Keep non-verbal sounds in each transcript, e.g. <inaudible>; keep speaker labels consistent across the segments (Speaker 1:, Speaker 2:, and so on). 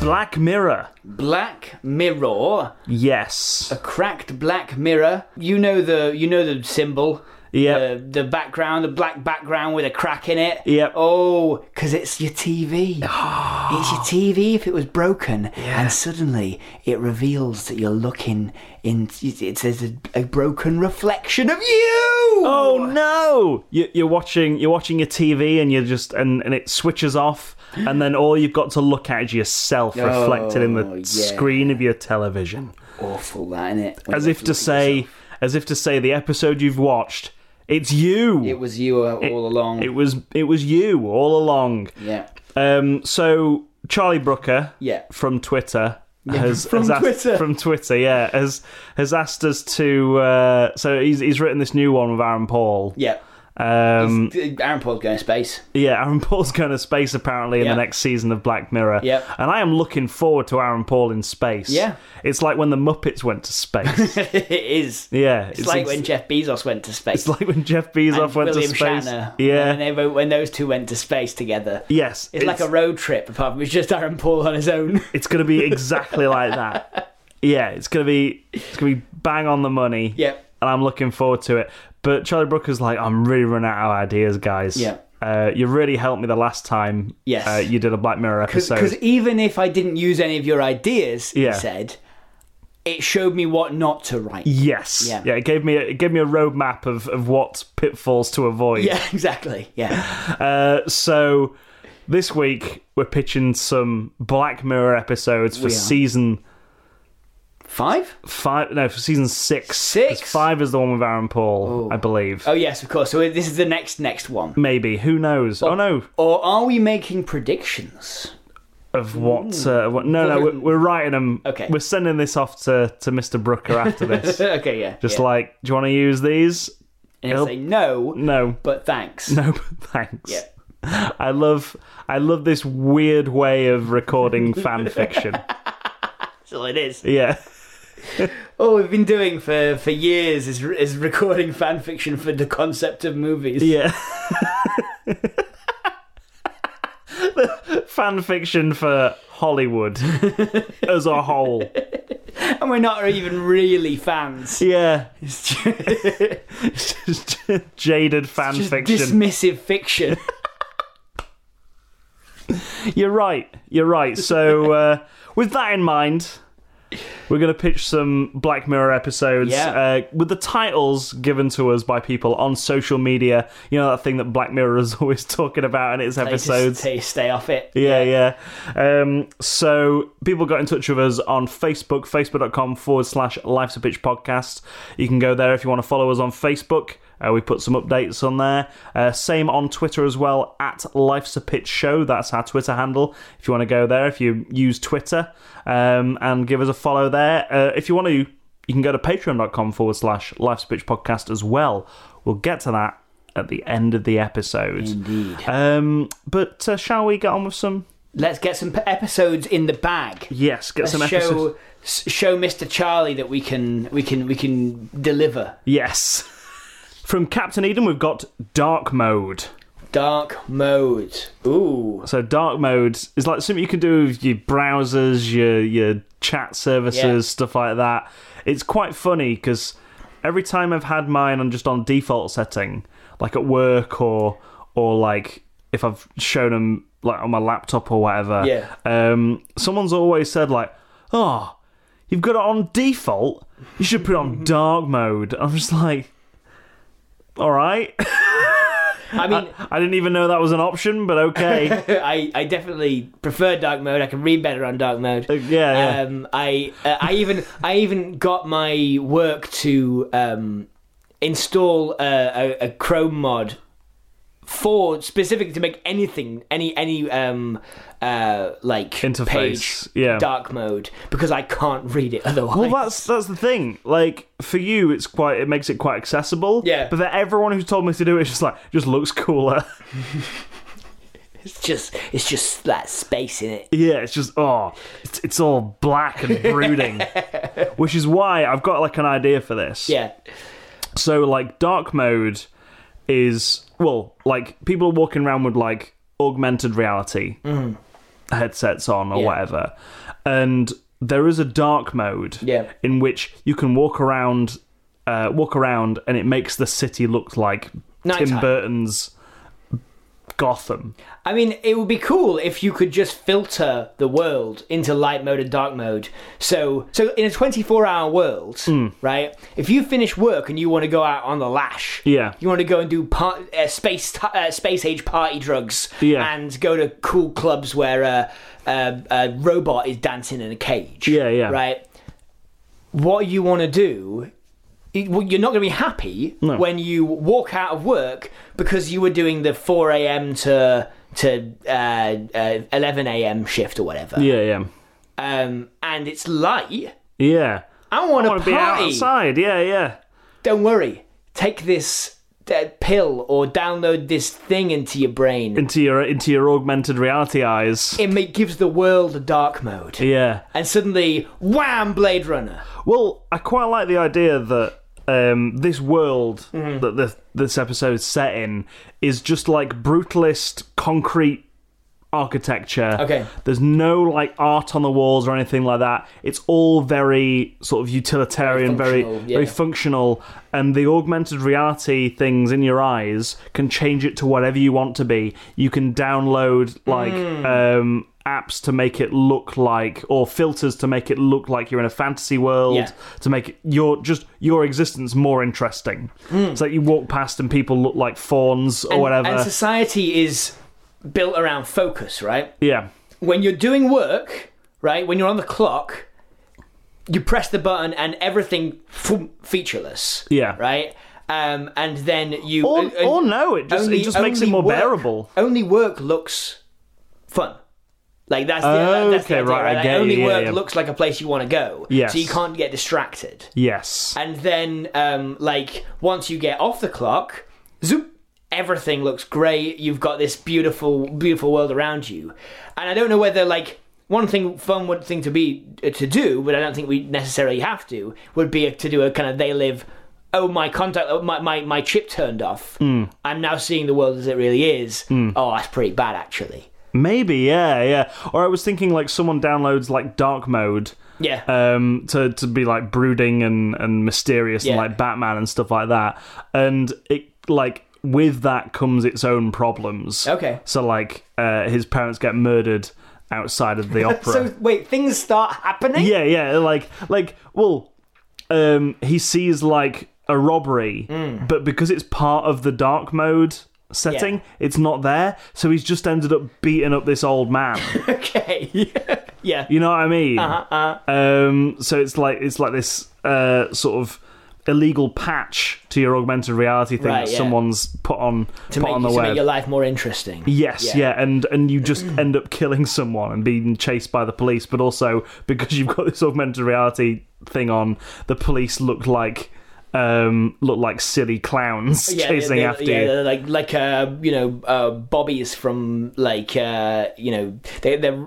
Speaker 1: Black Mirror.
Speaker 2: Black Mirror,
Speaker 1: Yes.
Speaker 2: a cracked black mirror. You know the you know the symbol.
Speaker 1: Yep.
Speaker 2: The, the background, the black background with a crack in it.
Speaker 1: Yep.
Speaker 2: Oh, because it's your TV.
Speaker 1: Ah.
Speaker 2: it's your TV if it was broken, and suddenly it reveals that you're looking in. It's there's a, a broken reflection of you.
Speaker 1: Oh no! You, you're watching you're watching your TV and you're just and, and it switches off and then all you've got to look at is
Speaker 2: <gasps>
Speaker 1: yourself reflected in the
Speaker 2: Oh, yeah.
Speaker 1: screen of your television.
Speaker 2: awful, that innit? When
Speaker 1: as
Speaker 2: you
Speaker 1: if
Speaker 2: have
Speaker 1: to
Speaker 2: look at
Speaker 1: say,
Speaker 2: yourself.
Speaker 1: as if to say, the episode you've watched, it's you.
Speaker 2: it was you uh, all along.
Speaker 1: It was it was you all along.
Speaker 2: yeah.
Speaker 1: Um. So Charlie Brooker,
Speaker 2: Yeah.
Speaker 1: from Twitter. Has,
Speaker 2: <laughs> from
Speaker 1: has asked-
Speaker 2: Twitter.
Speaker 1: from Twitter, yeah, has has asked us to. Uh, so he's he's written this new one with Aaron Paul.
Speaker 2: Yeah.
Speaker 1: Um,
Speaker 2: Aaron Paul's going to space. <laughs>
Speaker 1: yeah, Aaron <laughs> Paul's going to space apparently in
Speaker 2: Yeah.
Speaker 1: the next season of Black Mirror.
Speaker 2: Yep.
Speaker 1: and I am looking forward to Aaron Paul in space.
Speaker 2: Yeah.
Speaker 1: it's like when the Muppets went to space. <laughs>
Speaker 2: it is.
Speaker 1: yeah,
Speaker 2: It's, like when Jeff Bezos went to space.
Speaker 1: It's like when Jeff Bezos
Speaker 2: and
Speaker 1: went
Speaker 2: William
Speaker 1: to space.
Speaker 2: Shatner.
Speaker 1: yeah.
Speaker 2: When, they, both- when those two went to space together.
Speaker 1: yes.
Speaker 2: It's, like a road trip, apart from it's just Aaron Paul on his own. <laughs>
Speaker 1: It's going to be exactly like that. Yeah, it's going to be it's going to be bang on the money.
Speaker 2: Yep.
Speaker 1: And I'm looking forward to it. But Charlie Brooker's like, I'm really running out of ideas, guys.
Speaker 2: Yeah.
Speaker 1: Uh, you really helped me the last time.
Speaker 2: Yes.
Speaker 1: Uh, you did a Black Mirror episode.
Speaker 2: Because even if I didn't use any of your ideas,
Speaker 1: Yeah.
Speaker 2: he said, it showed me what not to write.
Speaker 1: yes.
Speaker 2: Yeah.
Speaker 1: It gave me a, it gave me a roadmap of of what pitfalls to avoid.
Speaker 2: <laughs> Yeah, exactly. Yeah.
Speaker 1: Uh, <laughs> so this week we're pitching some Black Mirror episodes for
Speaker 2: We are.
Speaker 1: season
Speaker 2: Five?
Speaker 1: five no for season six
Speaker 2: Six?
Speaker 1: 'cause five is the one with aaron paul i believe
Speaker 2: Oh, yes, of course. So this is the next, next one.
Speaker 1: maybe who knows oh no
Speaker 2: Or are we making predictions?
Speaker 1: of what, uh, what no no we're, we're writing them
Speaker 2: hmm. Okay.
Speaker 1: we're sending this off to, to mr brooker after this
Speaker 2: okay, <laughs> yeah.
Speaker 1: just
Speaker 2: yeah.
Speaker 1: like do you want to use these
Speaker 2: And he'll say no,
Speaker 1: no
Speaker 2: but
Speaker 1: <laughs>
Speaker 2: thanks.
Speaker 1: no but thanks
Speaker 2: Yeah.
Speaker 1: <laughs> i love i love this weird way of recording
Speaker 2: <laughs>
Speaker 1: fan fiction
Speaker 2: That's all it is.
Speaker 1: yeah
Speaker 2: All we've been doing for, for years is, is recording fan fiction for the concept of movies.
Speaker 1: yeah <laughs> fan fiction for
Speaker 2: <laughs>
Speaker 1: hollywood as a whole
Speaker 2: And we're not even really fans.
Speaker 1: yeah
Speaker 2: It's just,
Speaker 1: <laughs> It's just jaded fan
Speaker 2: just
Speaker 1: fiction.
Speaker 2: dismissive fiction.
Speaker 1: You're right. You're right. So, uh, with that in mind, we're going to pitch some Black Mirror episodes
Speaker 2: Yeah.
Speaker 1: uh, with the titles given to us by people on social media. You know that thing that Black Mirror is <laughs> always talking about in its
Speaker 2: They
Speaker 1: <laughs>
Speaker 2: just
Speaker 1: episodes.
Speaker 2: stay, stay off it.
Speaker 1: Yeah, yeah. Um, so people got in touch with us on Facebook, facebook.com forward slash Life's a Bitch podcast. You can go there if you want to follow us on Facebook. Uh, we put some updates on there. Uh, same on Twitter as well, at Life's a Pitch Show. That's our Twitter handle. If you want to go there, if you use Twitter, um, and give us a follow there. Uh, if you want to, you can go to patreon.com forward slash Life's a Pitch podcast as well. We'll get to that at the end of the episode.
Speaker 2: Indeed.
Speaker 1: Um, but uh, shall we get on with some?
Speaker 2: Let's get some p- episodes in the bag.
Speaker 1: Yes, get some
Speaker 2: Let's
Speaker 1: episodes.
Speaker 2: show s- show Mr. Charlie that we can we can we can deliver
Speaker 1: Yes. <laughs> From Captain Eden, we've got Dark Mode.
Speaker 2: dark mode. Ooh,
Speaker 1: So Dark Mode is like something you can do with your browsers, your your chat services,
Speaker 2: Yeah.
Speaker 1: stuff like that. It's quite funny because every time I've had mine on just on default setting, like at work or or like if I've shown them like on my laptop or whatever,
Speaker 2: Yeah.
Speaker 1: um, someone's always said like, "Oh, you've got it on default. You should put it
Speaker 2: Mm-hmm.
Speaker 1: on dark mode." I'm just like, "All right." <laughs>
Speaker 2: I mean,
Speaker 1: I didn't even know that was an option, but okay.
Speaker 2: <laughs> I, I definitely prefer dark mode. I can read better on dark mode.
Speaker 1: Uh, yeah, yeah.
Speaker 2: Um, I uh, I even I even got my work to um, install a, a, a Chrome mod for specifically to make anything any any um uh like
Speaker 1: Interface,
Speaker 2: page
Speaker 1: yeah.
Speaker 2: dark mode because I can't read it otherwise.
Speaker 1: Well, that's that's the thing. Like for you, it's quite it makes it quite accessible.
Speaker 2: Yeah.
Speaker 1: But then everyone who's told me to do it is just like just looks cooler. <laughs>
Speaker 2: it's just it's just that space in it.
Speaker 1: yeah, it's just oh, it's, it's all black and brooding, which is why I've got like an idea for this.
Speaker 2: Yeah.
Speaker 1: So like dark mode is well, like people are walking around with like augmented reality headsets on or
Speaker 2: Mm-hmm. Yeah.
Speaker 1: whatever. And there is a dark mode
Speaker 2: Yeah.
Speaker 1: in which you can walk around uh, walk around and it makes the city look like Tim
Speaker 2: Nighttime.
Speaker 1: Burton's Gotham.
Speaker 2: I mean, it would be cool if you could just filter the world into light mode and dark mode. So, so in a 24-hour world,
Speaker 1: Hmm.
Speaker 2: right? If you finish work and you want to go out on the lash,
Speaker 1: Yeah.
Speaker 2: you want to go and do par- uh, space t- uh, space age party drugs,
Speaker 1: Yeah.
Speaker 2: and go to cool clubs where a, a, a robot is dancing in a cage,
Speaker 1: Yeah, yeah.
Speaker 2: right? What you want to do it- well, you're not going to be happy
Speaker 1: No.
Speaker 2: when you walk out of work because you were doing the 4 a.m. to to uh, uh, 11 a.m. shift or whatever.
Speaker 1: Yeah, yeah.
Speaker 2: Um, and it's light.
Speaker 1: Yeah.
Speaker 2: I want
Speaker 1: wanna
Speaker 2: to
Speaker 1: be
Speaker 2: party.
Speaker 1: outside, yeah, yeah.
Speaker 2: Don't worry. Take this uh, pill or download this thing into your brain.
Speaker 1: Into your into your augmented reality eyes.
Speaker 2: it ma- gives the world a dark mode.
Speaker 1: yeah.
Speaker 2: And suddenly, wham, Blade Runner.
Speaker 1: Well, I quite like the idea that um, this world
Speaker 2: Mm-hmm.
Speaker 1: that the, this episode is set in is just like brutalist concrete architecture.
Speaker 2: Okay.
Speaker 1: There's no like art on the walls or anything like that. It's all very sort of utilitarian, very
Speaker 2: Very
Speaker 1: very,
Speaker 2: functional, yeah.
Speaker 1: functional, and the augmented reality things in your eyes can change it to whatever you want to be. You can download like
Speaker 2: Hmm.
Speaker 1: um, apps to make it look like, or filters to make it look like you're in a fantasy world
Speaker 2: Yeah.
Speaker 1: to make it, your just your existence more interesting. It's like you walk past and people look like fawns or
Speaker 2: Hmm. And-
Speaker 1: whatever.
Speaker 2: And society is built around focus, right?
Speaker 1: yeah,
Speaker 2: when you're doing work, right? When you're on the clock, you press the button and everything f- featureless.
Speaker 1: Yeah.
Speaker 2: Right. Um, and then you
Speaker 1: or,
Speaker 2: and- and
Speaker 1: or no, it just
Speaker 2: only-
Speaker 1: it just makes it
Speaker 2: only
Speaker 1: more
Speaker 2: work-
Speaker 1: bearable.
Speaker 2: Only work looks fun. Like that's the, that's the
Speaker 1: Okay,
Speaker 2: idea,
Speaker 1: right,
Speaker 2: right.
Speaker 1: I
Speaker 2: Like,
Speaker 1: get it,
Speaker 2: only
Speaker 1: yeah,
Speaker 2: work
Speaker 1: yeah.
Speaker 2: looks like a place you want to go.
Speaker 1: Yes.
Speaker 2: So you can't get distracted.
Speaker 1: Yes,
Speaker 2: And then, um, like, once you get off the clock, zoop, everything looks great. You've got this beautiful, beautiful world around you. And I don't know whether, like, one thing, fun would thing to be uh, to do, but I don't think we necessarily have to, would be to do a kind of they live. Oh, my contact, oh, my, my, my chip turned off. I'm now seeing the world as it really is. Oh, that's pretty bad, actually.
Speaker 1: maybe yeah, yeah. Or I was thinking like someone downloads like dark mode.
Speaker 2: Yeah.
Speaker 1: um, to to be like brooding and and mysterious and
Speaker 2: Yeah.
Speaker 1: like Batman and stuff like that. And it like with that comes its own problems.
Speaker 2: Okay.
Speaker 1: So like uh, his parents get murdered outside of
Speaker 2: <laughs>
Speaker 1: the opera.
Speaker 2: so, wait, things start happening?
Speaker 1: Yeah, yeah, like like well, um, he sees like a robbery, but because it's part of the dark mode setting,
Speaker 2: Mm. Yeah.
Speaker 1: it's not there. So he's just ended up beating up this old
Speaker 2: <laughs>
Speaker 1: man.
Speaker 2: <laughs> Okay. yeah.
Speaker 1: You know what I mean?
Speaker 2: Uh-huh,
Speaker 1: Um, so it's like it's like this uh, sort of illegal patch to your augmented reality thing
Speaker 2: Right,
Speaker 1: that
Speaker 2: yeah.
Speaker 1: someone's put on
Speaker 2: To,
Speaker 1: put
Speaker 2: make,
Speaker 1: on the
Speaker 2: to
Speaker 1: web.
Speaker 2: make your life more interesting.
Speaker 1: Yes, yeah.
Speaker 2: Yeah.
Speaker 1: and and you just <clears throat> end up killing someone and being chased by the police, but also because you've got this augmented reality thing on, the police look like um look like silly clowns <laughs> chasing
Speaker 2: they're-
Speaker 1: after
Speaker 2: yeah,
Speaker 1: you.
Speaker 2: they're like like uh, you know uh, bobbies from like uh, you know they, they're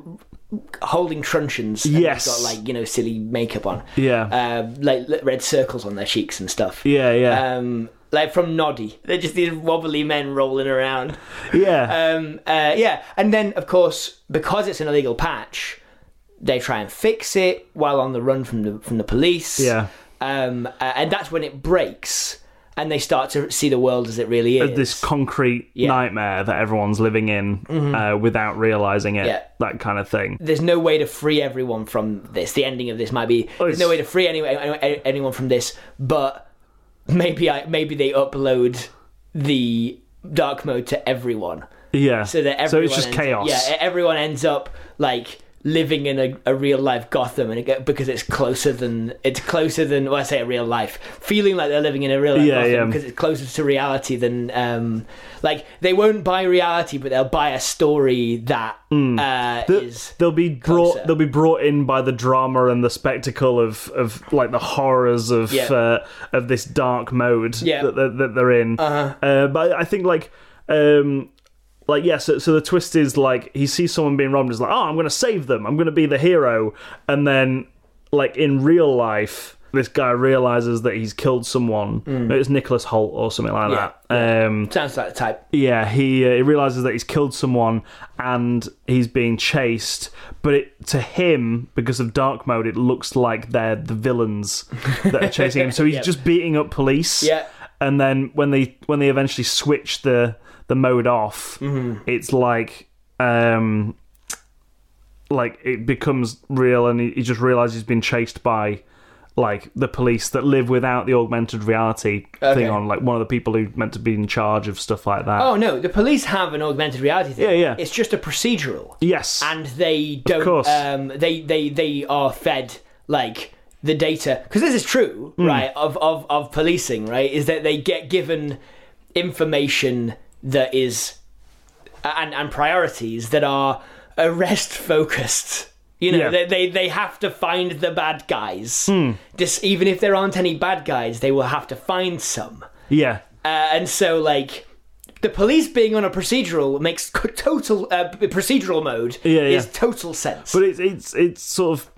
Speaker 2: holding truncheons. and
Speaker 1: Yes.
Speaker 2: they've got like you know silly makeup on.
Speaker 1: Yeah.
Speaker 2: uh, like li- red circles on their cheeks and stuff.
Speaker 1: yeah, yeah,
Speaker 2: Um, like from Noddy, they're just these wobbly men rolling around.
Speaker 1: yeah,
Speaker 2: Um, uh, yeah, and then of course because it's an illegal patch, they try and fix it while on the run from the from the police.
Speaker 1: yeah.
Speaker 2: Um, uh, and that's when it breaks and they start to see the world as it really is.
Speaker 1: This concrete
Speaker 2: Yeah. Mm-hmm.
Speaker 1: nightmare that everyone's living in uh, without realizing it,
Speaker 2: Yeah.
Speaker 1: that kind of thing.
Speaker 2: there's no way to free everyone from this. The ending of this might be there's no way to free any, any, anyone from this, but maybe I maybe they upload the dark mode to everyone
Speaker 1: Yeah,
Speaker 2: so that everyone
Speaker 1: it's just
Speaker 2: ends e-
Speaker 1: chaos.
Speaker 2: Up, yeah, everyone ends up like living in a, a real life Gotham, and it, go- because it's closer than it's closer than well, I say a real life, feeling like they're living in a real life
Speaker 1: Yeah,
Speaker 2: Gotham
Speaker 1: yeah.
Speaker 2: because it's closer to reality than um, like they won't buy reality, but they'll buy a story that
Speaker 1: Hmm.
Speaker 2: uh,
Speaker 1: Th-
Speaker 2: is-
Speaker 1: they'll be brought
Speaker 2: closer.
Speaker 1: they'll be brought in by the drama and the spectacle of of like the horrors of
Speaker 2: Yeah.
Speaker 1: uh, of this dark mode
Speaker 2: Yeah.
Speaker 1: that, that that they're in uh-huh. but i think like um like yeah so, so the twist is like he sees someone being robbed and is like oh i'm gonna save them i'm gonna be the hero and then like in real life this guy realizes that he's killed someone it's nicholas holt or something like
Speaker 2: Mm. Yeah,
Speaker 1: that um
Speaker 2: sounds like the type.
Speaker 1: yeah, he uh, he realizes that he's killed someone and he's being chased. But it, to him, because of dark mode, it looks like they're the villains that are chasing him. So he's
Speaker 2: <laughs> Yep.
Speaker 1: just beating up police.
Speaker 2: Yeah.
Speaker 1: And then when they when they eventually switch the the mode off,
Speaker 2: Mm-hmm.
Speaker 1: it's like um like it becomes real, and he, he just realizes he's been chased by like the police that live without the augmented reality
Speaker 2: Okay.
Speaker 1: thing on. Like one of the people who meant to be in charge of stuff like that.
Speaker 2: Oh no, the police have an augmented reality thing.
Speaker 1: Yeah, yeah.
Speaker 2: It's just a procedural.
Speaker 1: Yes.
Speaker 2: and they don't
Speaker 1: course.
Speaker 2: um they they they are fed like the data because this is true
Speaker 1: Hmm.
Speaker 2: right of, of of policing right is that they get given information that is and and priorities that are arrest focused you know
Speaker 1: Yeah. Hmm.
Speaker 2: they, they they have to find the bad guys Just, even if there aren't any bad guys they will have to find some
Speaker 1: yeah.
Speaker 2: uh, and so like the police being on a procedural makes c- total uh, p- procedural mode
Speaker 1: Yeah, yeah.
Speaker 2: is total sense. <laughs>
Speaker 1: But it's it's it sort of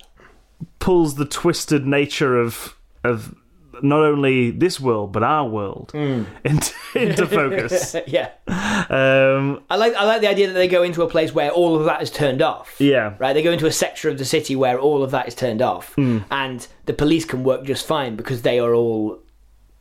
Speaker 1: pulls the twisted nature of of not only this world but our world into, into
Speaker 2: <laughs>
Speaker 1: focus.
Speaker 2: yeah,
Speaker 1: um,
Speaker 2: I like I like the idea that they go into a place where all of that is turned off.
Speaker 1: yeah.
Speaker 2: Right, they go into a sector of the city where all of that is turned off,
Speaker 1: Hmm.
Speaker 2: and the police can work just fine because they are all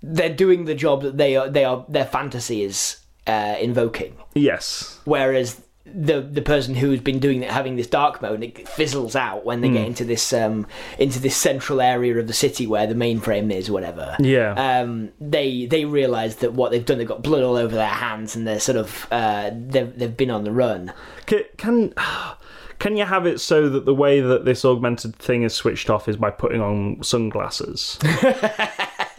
Speaker 2: they're doing the job that they are they are their fantasy is uh, invoking.
Speaker 1: Yes.
Speaker 2: whereas the the person who's been doing it having this dark mode it fizzles out when
Speaker 1: Hmm.
Speaker 2: they get into this um into this central area of the city where the mainframe is whatever
Speaker 1: Yeah.
Speaker 2: um they they realize that what they've done they've got blood all over their hands and they're sort of uh they've, they've been on the run
Speaker 1: Can, can can you have it so that the way that this augmented thing is switched off is by putting on sunglasses?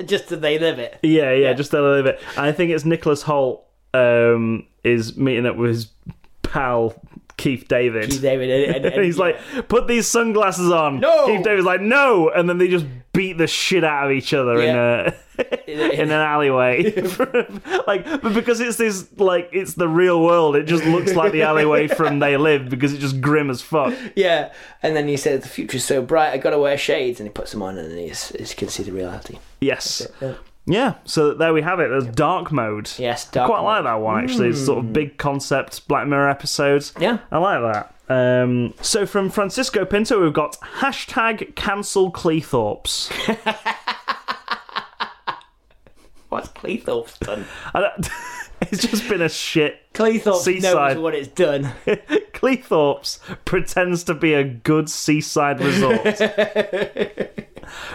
Speaker 2: just that they live it
Speaker 1: Yeah, yeah, just a little bit. And I think it's Nicholas Holt um, is meeting up with his pal Keith David.
Speaker 2: Keith David and, and-
Speaker 1: And <laughs> he's
Speaker 2: yeah.
Speaker 1: like, put these sunglasses on.
Speaker 2: No!
Speaker 1: Keith David's like, no. And then they just beat the shit out of each other in a <laughs>
Speaker 2: <laughs>
Speaker 1: in an alleyway. <laughs> like, but because it's this, like, it's the real world. It just looks like
Speaker 2: <laughs>
Speaker 1: the alleyway from They Live because it's just grim as fuck.
Speaker 2: yeah and then he says the future's so bright i gotta wear shades and he puts them on and then he's, he can see the reality
Speaker 1: Yes. Yeah. So there we have it. There's dark mode.
Speaker 2: yes
Speaker 1: I
Speaker 2: dark
Speaker 1: quite
Speaker 2: mode.
Speaker 1: like
Speaker 2: Hmm.
Speaker 1: that one actually. It's sort of big concept Black Mirror episodes.
Speaker 2: Yeah.
Speaker 1: I like that. Um, so from Francisco Pinto, we've got hashtag cancel Cleethorpes.
Speaker 2: what's cleethorpe's done
Speaker 1: I don't- <laughs> it's just been a shit.
Speaker 2: cleethorpe
Speaker 1: Seaside.
Speaker 2: knows what
Speaker 1: <laughs>
Speaker 2: it's done
Speaker 1: Cleethorpes pretends to be a good seaside
Speaker 2: <laughs>
Speaker 1: resort,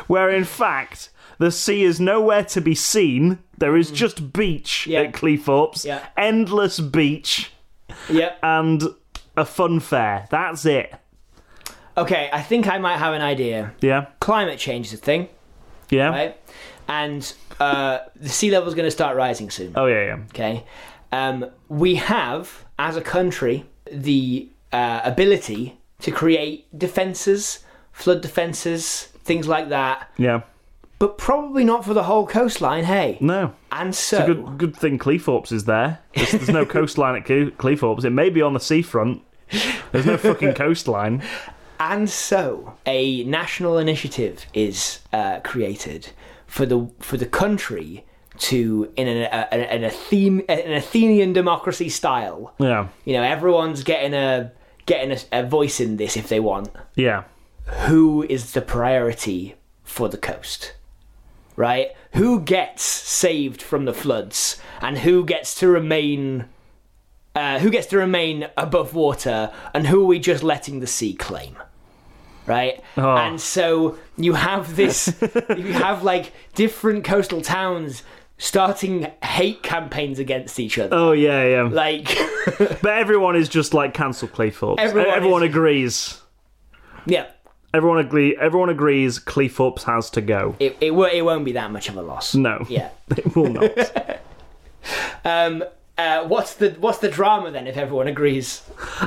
Speaker 1: where in fact the sea is nowhere to be seen. There is just beach
Speaker 2: Mm. Yeah.
Speaker 1: at Cleethorpes,
Speaker 2: Yeah.
Speaker 1: endless beach,
Speaker 2: yep
Speaker 1: and a fun fair. That's it.
Speaker 2: Okay, I think I might have an idea.
Speaker 1: Yeah,
Speaker 2: Climate change is a thing,
Speaker 1: yeah.
Speaker 2: right? And uh, the sea level's going to start rising soon.
Speaker 1: Oh yeah, yeah.
Speaker 2: Okay, um, we have as a country the uh, ability to create defences, flood defences, things like that,
Speaker 1: Yeah.
Speaker 2: but probably not for the whole coastline. Hey,
Speaker 1: No.
Speaker 2: and so
Speaker 1: Good good thing Cleethorpes is there. There's, there's
Speaker 2: <laughs>
Speaker 1: no coastline at Cle- Cleethorpes. It may be on the seafront. There's no fucking coastline.
Speaker 2: And so, a national initiative is uh, created for the for the country to in an, a, an, Athen, an Athenian democracy style.
Speaker 1: Yeah.
Speaker 2: You know, everyone's getting a getting a, a voice in this if they want.
Speaker 1: Yeah.
Speaker 2: Who is the priority for the coast? Right? Who gets saved from the floods, and who gets to remain? Uh, who gets to remain above water, and who are we just letting the sea claim? right?
Speaker 1: Oh.
Speaker 2: And so you
Speaker 1: <laughs>
Speaker 2: have this, you have like different coastal towns starting hate campaigns against each other.
Speaker 1: Oh yeah, yeah.
Speaker 2: Like, <laughs>
Speaker 1: But everyone is just like cancel Cleethorpes.
Speaker 2: Everyone
Speaker 1: Everyone,
Speaker 2: is-
Speaker 1: agrees.
Speaker 2: Yeah.
Speaker 1: Everyone agree. Everyone agrees. Cleef Ups has to go.
Speaker 2: It, it, wo- it won't be that much of a loss.
Speaker 1: No. <laughs>
Speaker 2: Yeah.
Speaker 1: It will not.
Speaker 2: <laughs> Um, uh, what's the what's the drama then if everyone agrees?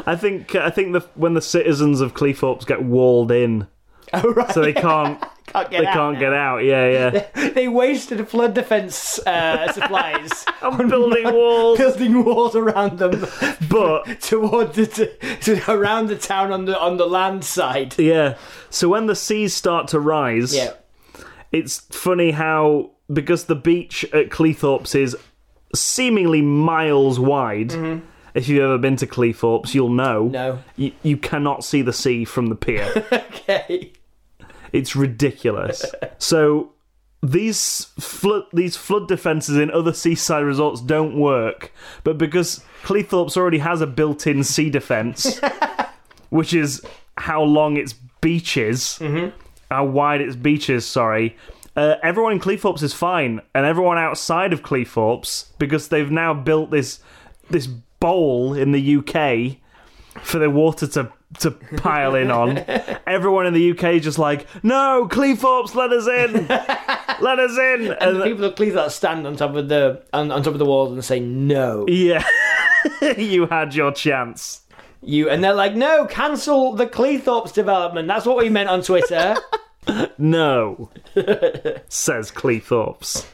Speaker 1: I think. I think the when the citizens of Cleef Ups get walled in,
Speaker 2: Oh right.
Speaker 1: so they can't.
Speaker 2: can't <laughs> get
Speaker 1: They
Speaker 2: out
Speaker 1: can't
Speaker 2: now.
Speaker 1: get out. Yeah, yeah.
Speaker 2: <laughs> They wasted flood defense
Speaker 1: <laughs>
Speaker 2: uh, supplies,
Speaker 1: I'm building walls,
Speaker 2: building walls around them
Speaker 1: but
Speaker 2: toward the to, around the town on the on the land side.
Speaker 1: yeah. So when the seas start to rise,
Speaker 2: Yeah.
Speaker 1: it's funny how because the beach at Cleethorpes is seemingly miles wide. If you've ever been to Cleethorpes, you'll know.
Speaker 2: Mm-hmm. No.
Speaker 1: You, you cannot see the sea from the
Speaker 2: <laughs>
Speaker 1: pier.
Speaker 2: Okay.
Speaker 1: it's ridiculous. So these flood these flood defenses in other seaside resorts don't work, but because Cleethorpes already has a built-in sea
Speaker 2: <laughs>
Speaker 1: defense, which is how long its beach is,
Speaker 2: Mm-hmm.
Speaker 1: how wide its beach is. Sorry. Uh, everyone in Cleethorpes is fine, and everyone outside of Cleethorpes, because they've now built this this bowl in the UK for the water to to pile in
Speaker 2: <laughs>
Speaker 1: on. Everyone in the UK is just like, no, Cleethorpes, let us in, let us in,
Speaker 2: <laughs> And
Speaker 1: and
Speaker 2: the people of Cleethorpes stand on top of the on, on top of the walls and say no.
Speaker 1: yeah, <laughs> you had your chance.
Speaker 2: You and they're like no, cancel the Cleethorpes development. That's what we meant
Speaker 1: <laughs>
Speaker 2: on Twitter. <laughs>
Speaker 1: No, says Cleethorpes.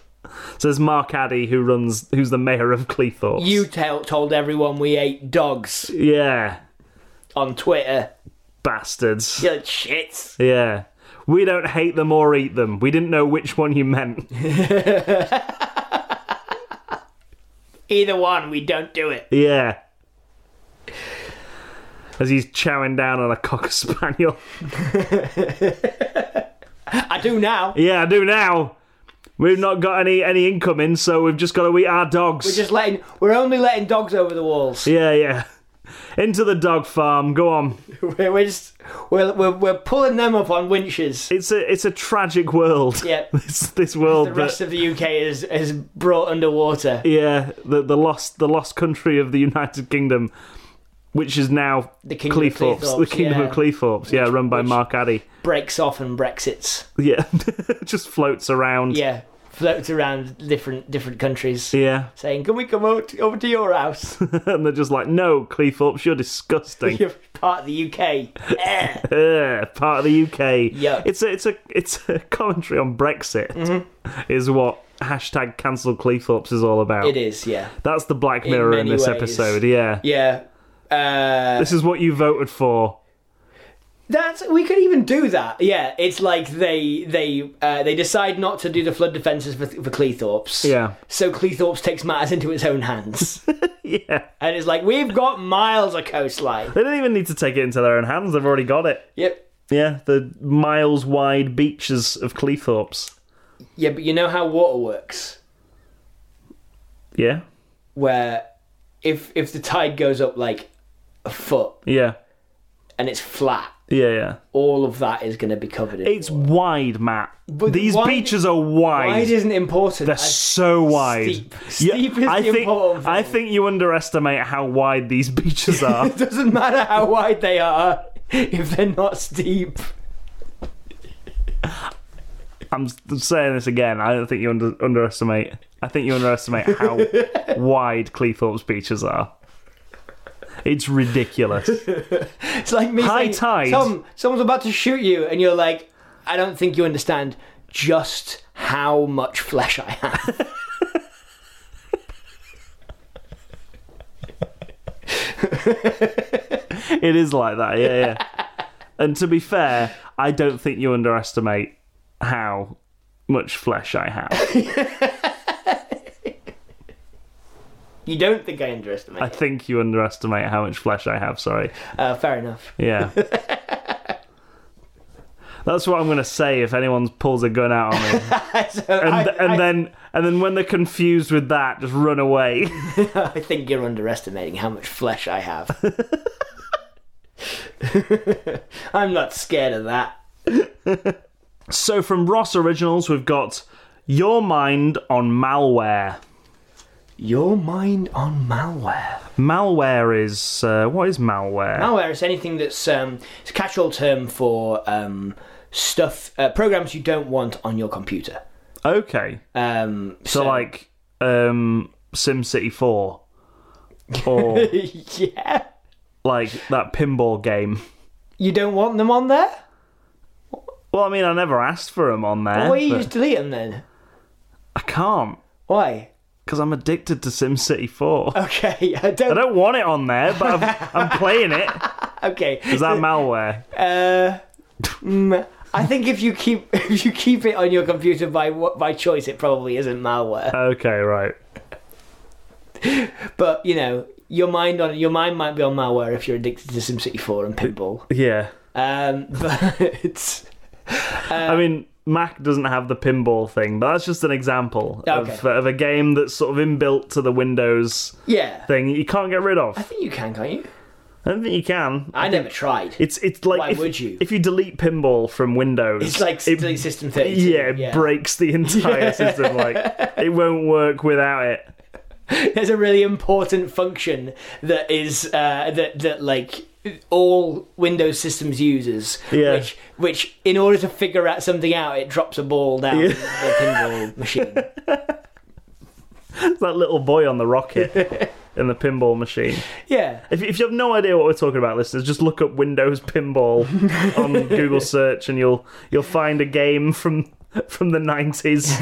Speaker 1: Says Mark Addy, who runs, who's the mayor of Cleethorpes.
Speaker 2: you tell told everyone we ate dogs
Speaker 1: yeah,
Speaker 2: on Twitter.
Speaker 1: bastards.
Speaker 2: You're like, shit.
Speaker 1: Yeah. We don't hate them or eat them. We didn't know which one you meant.
Speaker 2: <laughs> Either one, we don't do it.
Speaker 1: Yeah. As he's chowing down on a cocker spaniel.
Speaker 2: I do now.
Speaker 1: Yeah, I do now. We've not got any any incoming, so we've just got to eat our dogs.
Speaker 2: We're just letting. We're only letting dogs over the walls.
Speaker 1: Yeah, yeah. Into the dog farm. Go on.
Speaker 2: We're, <laughs> we're just. We're, we're we're pulling them up on winches.
Speaker 1: It's a it's a tragic world.
Speaker 2: Yeah.
Speaker 1: <laughs> This this world.
Speaker 2: The
Speaker 1: that-
Speaker 2: rest of the UK is is brought underwater.
Speaker 1: yeah, the the lost the lost country of the United Kingdom, which is now
Speaker 2: The Kingdom of
Speaker 1: Cleethorpes, the
Speaker 2: Cleethorpes,
Speaker 1: Kingdom
Speaker 2: yeah.
Speaker 1: of Cleethorpes. Yeah, run by Mark Addy.
Speaker 2: Breaks off and Brexits.
Speaker 1: Yeah, <laughs> just floats around.
Speaker 2: Yeah, floats around different different countries,
Speaker 1: Yeah, <laughs>
Speaker 2: saying, "Can we come over to, over to your house?
Speaker 1: and they're just like, no, Cleethorpes, you're disgusting. <laughs>
Speaker 2: You're part of the UK." Eh.
Speaker 1: Uh, part of the UK.
Speaker 2: Yeah.
Speaker 1: it's a it's a it's a <laughs> commentary on Brexit. Is what hashtag cancel Cleethorpes is all about.
Speaker 2: Mm-hmm. it is. Yeah.
Speaker 1: That's the Black
Speaker 2: In
Speaker 1: Mirror in,
Speaker 2: many
Speaker 1: this
Speaker 2: ways.
Speaker 1: episode. Yeah.
Speaker 2: Yeah. Uh,
Speaker 1: this is what you voted for.
Speaker 2: that's we could even do that. Yeah, it's like they they uh, they decide not to do the flood defences for, for Cleethorpes.
Speaker 1: Yeah, <laughs>
Speaker 2: So Cleethorpes takes matters into its own hands,
Speaker 1: yeah.
Speaker 2: and it's like we've got miles of coastline.
Speaker 1: They don't even need to take it into their own hands. They've already got it.
Speaker 2: Yep.
Speaker 1: Yeah, the miles wide beaches of Cleethorpes.
Speaker 2: Yeah, but you know how water works,
Speaker 1: Yeah,
Speaker 2: where if if the tide goes up like a foot
Speaker 1: yeah,
Speaker 2: and it's flat,
Speaker 1: yeah, yeah.
Speaker 2: all of that is going to be covered in.
Speaker 1: It's wide, Matt.
Speaker 2: But
Speaker 1: These
Speaker 2: wide-
Speaker 1: beaches are
Speaker 2: wide isn't important.
Speaker 1: They're
Speaker 2: I-
Speaker 1: so wide.
Speaker 2: steep. Steep is
Speaker 1: I
Speaker 2: the
Speaker 1: think,
Speaker 2: important
Speaker 1: I
Speaker 2: thing.
Speaker 1: think you underestimate how wide these <laughs> beaches
Speaker 2: <laughs>
Speaker 1: are.
Speaker 2: <laughs> It doesn't matter how wide they are if they're not steep.
Speaker 1: I'm s- saying this again. I don't think you under, underestimate. I think you underestimate
Speaker 2: <laughs>
Speaker 1: how wide Cleethorpes beaches are. It's ridiculous.
Speaker 2: It's like me
Speaker 1: High
Speaker 2: saying,
Speaker 1: tide.
Speaker 2: Tom, someone's about to shoot you, and you're like, I don't think you understand just how much flesh I have.
Speaker 1: It is like that. Yeah,
Speaker 2: <laughs>
Speaker 1: yeah. And to be fair, I don't think you underestimate how much flesh I have.
Speaker 2: You don't think I underestimate? <laughs>
Speaker 1: I think you underestimate how much flesh I have. Sorry.
Speaker 2: Uh, fair enough. <laughs>
Speaker 1: Yeah. That's what I'm gonna say if anyone pulls a gun out on
Speaker 2: <laughs>
Speaker 1: me,
Speaker 2: So
Speaker 1: and,
Speaker 2: I,
Speaker 1: and
Speaker 2: I-
Speaker 1: then and then when they're confused with that, just run away. <laughs>
Speaker 2: I think you're underestimating how much flesh
Speaker 3: <laughs>
Speaker 2: I have. <laughs> I'm not scared of that.
Speaker 1: so from Ross Originals, we've got Your Mind on Malware.
Speaker 3: Your mind on malware.
Speaker 1: Malware is uh, what is malware?
Speaker 2: Malware is anything that's um, it's a catch-all term for um, stuff, uh, programs you don't want on your computer.
Speaker 1: okay,
Speaker 2: Um,
Speaker 1: so, like um, SimCity Four,
Speaker 2: <laughs>
Speaker 1: or
Speaker 2: <laughs> yeah,
Speaker 1: like that pinball game.
Speaker 2: you don't want them on there.
Speaker 1: Well, I mean, I never asked for them on there.
Speaker 2: Why you
Speaker 1: but
Speaker 2: just delete them then?
Speaker 1: I can't
Speaker 2: Why?
Speaker 1: because I'm addicted to SimCity Four.
Speaker 2: Okay, <laughs> I
Speaker 1: I
Speaker 2: don't.
Speaker 1: don't want it on there, but I'm, I'm playing it.
Speaker 2: Okay,
Speaker 1: Is that malware?
Speaker 2: Uh, mm, I think if you keep <laughs> if you keep it on your computer by wh- by choice, it probably isn't malware.
Speaker 1: Okay, right.
Speaker 2: But you know, your mind on your mind might be on malware if you're addicted to SimCity 4 and pinball.
Speaker 1: Yeah.
Speaker 2: Um, <laughs> but Um,
Speaker 1: I mean, Mac doesn't have the pinball thing, but that's just an example of,
Speaker 2: Okay.
Speaker 1: of a game that's sort of inbuilt to the Windows
Speaker 2: yeah,
Speaker 1: thing. You can't get rid of.
Speaker 2: I think you can, can't you?
Speaker 1: I don't think you can.
Speaker 2: I never tried.
Speaker 1: It's it's like
Speaker 2: Why
Speaker 1: if,
Speaker 2: would you?
Speaker 1: if you delete pinball from Windows,
Speaker 2: It's like
Speaker 1: it-
Speaker 2: delete system thirty.
Speaker 1: yeah, it breaks the
Speaker 2: <laughs>
Speaker 1: entire system. Like it won't work without it.
Speaker 2: There's a really important function that is uh, that that like all Windows systems uses.
Speaker 1: Yeah.
Speaker 2: Which, which in order to figure out something out, it drops a ball down the pinball machine.
Speaker 1: It's that little boy on the rocket
Speaker 2: <laughs>
Speaker 1: in the pinball machine.
Speaker 2: Yeah.
Speaker 1: If, if you have no idea what we're talking about, listeners, just look up Windows
Speaker 2: <laughs>
Speaker 1: pinball on Google search, and you'll you'll find a game from from the nineties.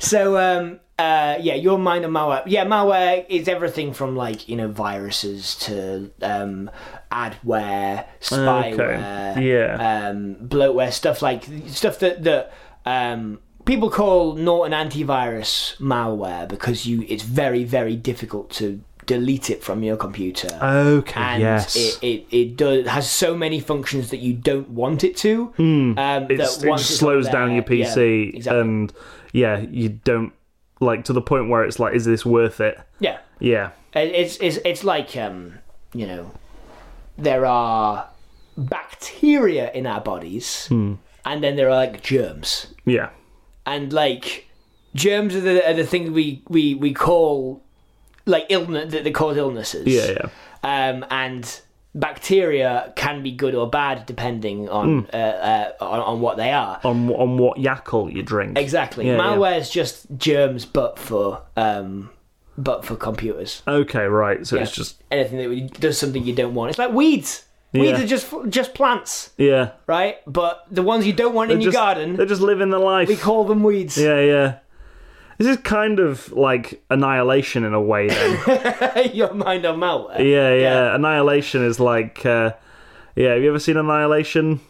Speaker 2: So um uh yeah, your mind on malware. Yeah, malware is everything from like you know viruses to um adware, spyware,
Speaker 1: Okay. Yeah.
Speaker 2: um bloatware stuff like stuff that that um people call not an antivirus malware because you it's very very difficult to delete it from your computer.
Speaker 1: Ah, Okay.
Speaker 2: and it, it, it does has so many functions that you don't want it to.
Speaker 1: Hmm.
Speaker 2: um,
Speaker 1: It's-
Speaker 2: that
Speaker 1: it
Speaker 2: once it's
Speaker 1: slows
Speaker 2: up
Speaker 1: down your Um,
Speaker 2: there- yeah,
Speaker 1: PC,
Speaker 2: exactly.
Speaker 1: and yeah, you don't like to the point where it's like, is this worth it?
Speaker 2: yeah.
Speaker 1: Yeah.
Speaker 2: It- It's it's it's like um, you know, there are bacteria in our bodies,
Speaker 1: Hmm.
Speaker 2: and then there are like germs,
Speaker 1: Yeah.
Speaker 2: and like germs are the are the thing we we we call like illness that that cause illnesses.
Speaker 1: Yeah. Yeah.
Speaker 2: Um, and bacteria can be good or bad depending
Speaker 1: Hmm.
Speaker 2: on uh, uh, on, on what they are.
Speaker 1: On on what yackle you drink?
Speaker 2: Exactly.
Speaker 1: Yeah, yeah.
Speaker 2: Malware is just germs, but for um, but for computers.
Speaker 1: Okay. Right. So it's
Speaker 2: Yeah.
Speaker 1: just
Speaker 2: anything that we- does something you don't want. It's like weeds. Weeds
Speaker 1: Yeah.
Speaker 2: are just just plants,
Speaker 1: yeah.
Speaker 2: right? But the ones you don't want in
Speaker 1: They're
Speaker 2: your
Speaker 1: just- They're
Speaker 2: garden,
Speaker 1: just living the life.
Speaker 2: we call them weeds.
Speaker 1: Yeah, yeah. This is kind of like annihilation in a way. Then,
Speaker 2: <laughs> <coughs> your mind on malware.
Speaker 1: yeah, yeah, Annihilation is like, uh, yeah. Have you ever seen Annihilation?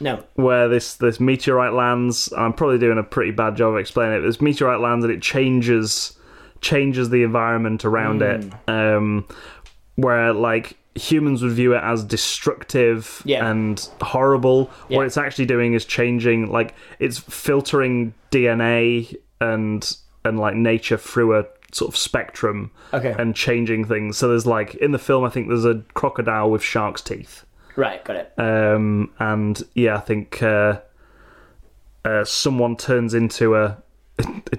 Speaker 2: No.
Speaker 1: Where this this meteorite lands. I'm probably doing a pretty bad job of explaining it. But this meteorite lands and it changes changes the environment around
Speaker 2: Hmm.
Speaker 1: it. Um, where like humans would view it as destructive
Speaker 2: Yeah.
Speaker 1: and horrible. What
Speaker 2: Yeah.
Speaker 1: it's actually doing is changing, like it's filtering DNA and and like nature through a sort of spectrum
Speaker 2: Okay.
Speaker 1: and changing things. So there's like in the film, I think there's a crocodile with shark's teeth.
Speaker 2: Right. Got it.
Speaker 1: Um, and yeah, I think uh, uh, someone turns into a <laughs>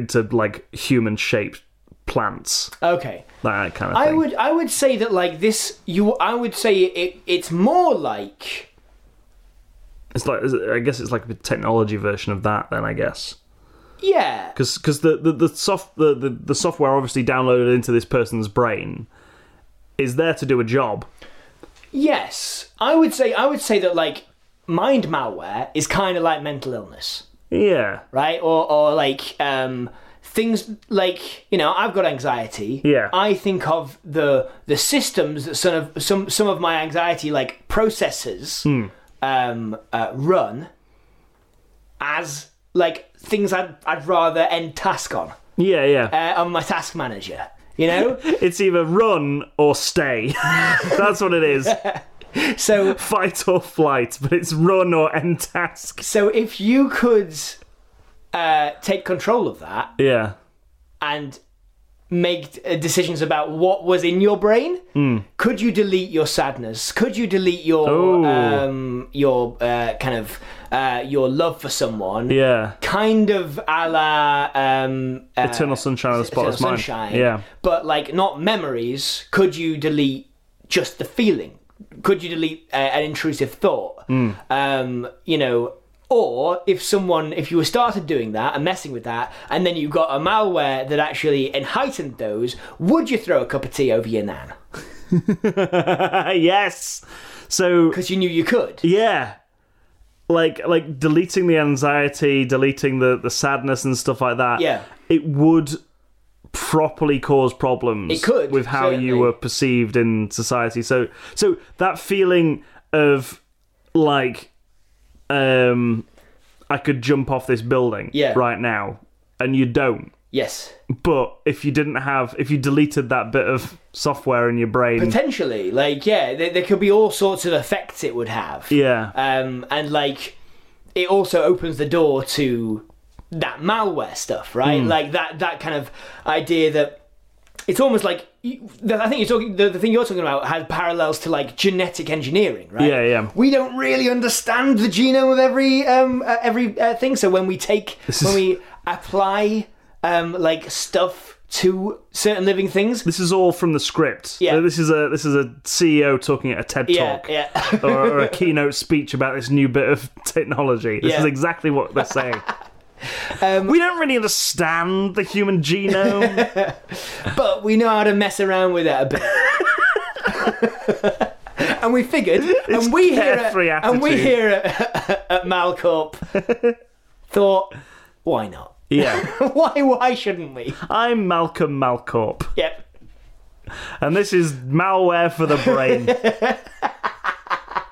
Speaker 1: into like human shaped plants,
Speaker 2: Okay.
Speaker 1: that kind of
Speaker 2: I
Speaker 1: thing.
Speaker 2: would I would say that like this you I would say it it's more like
Speaker 1: It's like I guess it's like a technology version of that. Then I guess
Speaker 2: yeah
Speaker 1: because the, the the soft the, the the software obviously downloaded into this person's brain is there to do a job.
Speaker 2: yes I would say I would say that like mind malware is kind of like mental illness.
Speaker 1: Yeah,
Speaker 2: right? Or or like um, things like you know, I've got anxiety.
Speaker 1: Yeah.
Speaker 2: I think of the the systems that some of some some of my anxiety like processes um, uh, run as like things I'd I'd rather end task on
Speaker 1: yeah, yeah.
Speaker 2: uh, on my task manager. You know,
Speaker 1: it's either run or stay. <laughs> That's what it
Speaker 2: <laughs>
Speaker 1: is.
Speaker 2: so
Speaker 1: Fight or flight, but it's run or end task.
Speaker 2: so if you could uh, take control of that
Speaker 1: Yeah.
Speaker 2: and make uh, decisions about what was in your brain.
Speaker 1: Hmm.
Speaker 2: Could you delete your sadness? Could you delete
Speaker 1: Ooh.
Speaker 2: your um, your uh, kind of uh, your love for someone?
Speaker 1: Yeah.
Speaker 2: Kind of a la um, uh,
Speaker 1: Eternal Sunshine of the
Speaker 2: Eternal
Speaker 1: Spotless Mind.
Speaker 2: Sunshine,
Speaker 1: Yeah.
Speaker 2: but like not memories. Could you delete just the feeling? Could you delete uh, an intrusive thought? Um, you know, or if someone, if you were started doing that and messing with that, and then you got a malware that actually en- heightened those, would you throw a cup of tea over your nan
Speaker 1: <laughs> yes. So
Speaker 2: because you knew you could?
Speaker 1: yeah, like like deleting the anxiety, deleting the the sadness and stuff like that.
Speaker 2: Yeah.
Speaker 1: it would properly cause problems.
Speaker 2: It could,
Speaker 1: with how
Speaker 2: certainly.
Speaker 1: you were perceived in society. So so that feeling of like um, I could jump off this building
Speaker 2: Yeah.
Speaker 1: right now, and you don't.
Speaker 2: Yes,
Speaker 1: But if you didn't have, if you deleted that bit of software in your brain,
Speaker 2: potentially. Like, yeah, there, there could be all sorts of effects it would have.
Speaker 1: yeah,
Speaker 2: um, and like it also opens the door to that malware stuff
Speaker 1: Hmm.
Speaker 2: right like that that kind of idea that it's almost like you- the- I think you're talking the, the thing you're talking about has parallels to like genetic engineering, right?
Speaker 1: Yeah, yeah.
Speaker 2: We don't really understand the genome of every um, uh, every uh, thing, so when we take when
Speaker 1: is-
Speaker 2: we apply um, like stuff to certain living things,
Speaker 1: This is all from the script.
Speaker 2: Yeah.
Speaker 1: So This is a this is a CEO talking at a TED
Speaker 2: yeah,
Speaker 1: talk
Speaker 2: yeah. <laughs>
Speaker 1: or, or a keynote speech about this new bit of <laughs> technology. This
Speaker 2: Yeah. Um,
Speaker 1: is exactly what they're
Speaker 2: <laughs>
Speaker 1: saying. we don't really understand the human
Speaker 2: <laughs>
Speaker 1: genome.
Speaker 2: but we know how to mess around with it a bit.
Speaker 1: <laughs>
Speaker 2: and we figured, and we here, at,
Speaker 1: carefree
Speaker 2: and we
Speaker 1: attitude.
Speaker 2: here at, at Malcorp thought, why not? <laughs>
Speaker 1: yeah,
Speaker 2: why? Why shouldn't we?
Speaker 1: I'm Malcolm Malcorp,
Speaker 2: Yep.
Speaker 1: and this is malware for the brain.
Speaker 2: <laughs>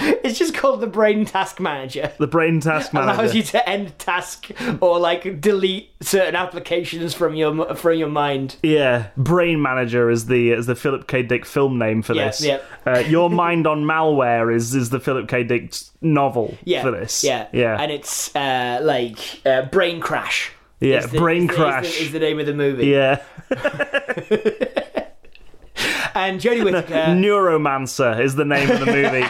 Speaker 2: It's just called the Brain Task Manager.
Speaker 1: the brain task manager.
Speaker 2: Allows you to end task or like delete certain applications from your from your mind.
Speaker 1: Yeah, Brain Manager is the is the Philip K. Dick film name for
Speaker 2: Yeah,
Speaker 1: this.
Speaker 2: yeah.
Speaker 1: Uh, Your Mind on Malware is is the Philip K. Dick novel
Speaker 2: Yeah.
Speaker 1: for this.
Speaker 2: Yeah.
Speaker 1: yeah,
Speaker 2: And it's uh, like uh, Brain Crash.
Speaker 1: yeah.
Speaker 2: is the-
Speaker 1: brain
Speaker 2: is the- is the-
Speaker 1: Crash.
Speaker 2: is the, name of the movie.
Speaker 1: yeah,
Speaker 2: And Jodie
Speaker 1: <laughs>
Speaker 2: Whittaker.
Speaker 1: Neuromancer is the name of the
Speaker 2: <laughs>
Speaker 1: movie.